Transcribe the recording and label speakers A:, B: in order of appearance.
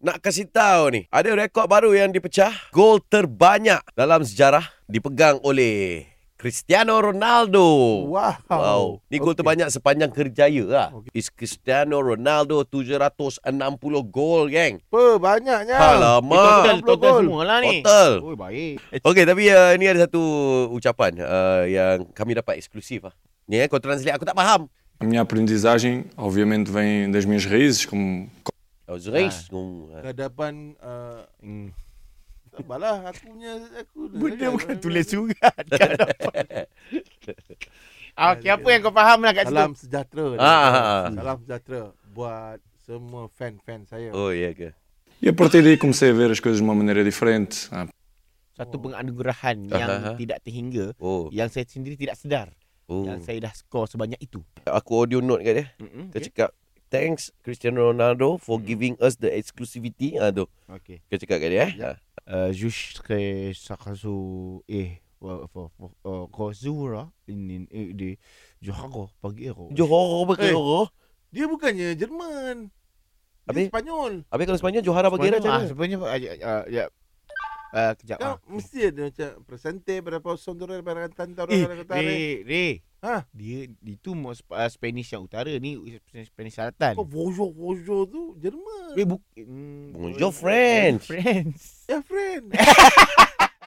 A: nak kasih tahu ni. Ada rekod baru yang dipecah. Gol terbanyak dalam sejarah dipegang oleh Cristiano Ronaldo.
B: Wow.
A: Wow. Ni gol
B: Okey.
A: terbanyak sepanjang kerjaya lah.
B: Okey.
A: Is Cristiano Ronaldo 760 gol, geng.
B: Apa banyaknya?
C: Itu total,
A: Alamak.
B: Belum
C: total
B: gol.
C: Eh, semua lah ni.
A: Total.
B: Oh, baik.
A: Okey, tapi uh, ni ada satu ucapan uh, yang kami dapat eksklusif lah. Ni eh, kau translate aku tak faham.
D: A minha aprendizagem, obviamente, vem das minhas raízes, como
A: Oh, Zereis. Hmm.
B: Ah. Kehadapan
A: eh,
B: uh,
C: Hmm.
B: tak apalah aku punya aku
C: Benda bukan tulis surat kat depan. Okey, apa yang kau faham lah kat situ?
B: Salam sejahtera.
A: Ah, ah, ah.
B: Salam sejahtera buat semua fan-fan saya.
A: Oh, ya ke?
D: E a partir daí comecei a ver as coisas de uma maneira diferente. Ah,
C: Satu penganugerahan yang
A: Aha.
C: tidak terhingga
A: Oh.
C: yang saya sendiri tidak sedar
A: oh.
C: yang Ya, saya dah skor sebanyak itu.
A: Aku audio note kat dia.
C: Mm-mm,
A: Dia cakap, thanks Cristiano Ronaldo for
C: Hmm.
A: giving us the exclusivity. Ah, tu.
C: Okey.
A: Kau cakap kat dia eh.
C: Ya. jusqu'à sa raison et Kozura ini di Johor pagi ero.
A: Johor bagi
B: Eh.
A: Johor.
B: Dia bukannya Jerman. Dia
A: Habis?
B: Spanyol.
A: Habis kalau Sepanyol Johara bagi dia macam
C: ah,
A: mana?
C: sebenarnya ah, ya, ah, ya. Ah, kejap.
B: Kau
C: ah.
B: mesti ada macam presente berapa sondora berapa tantar
C: Eh,
B: berapa
C: re,
B: tarik.
C: re.
B: Ha?
C: Dia itu mo- Sp- ah, Spanish yang utara ni Spanish, Spanish selatan.
B: Kau bojo bojo tu Jerman.
C: Re, buk- mm,
A: Bonjour, French.
C: French.
B: Ya friend.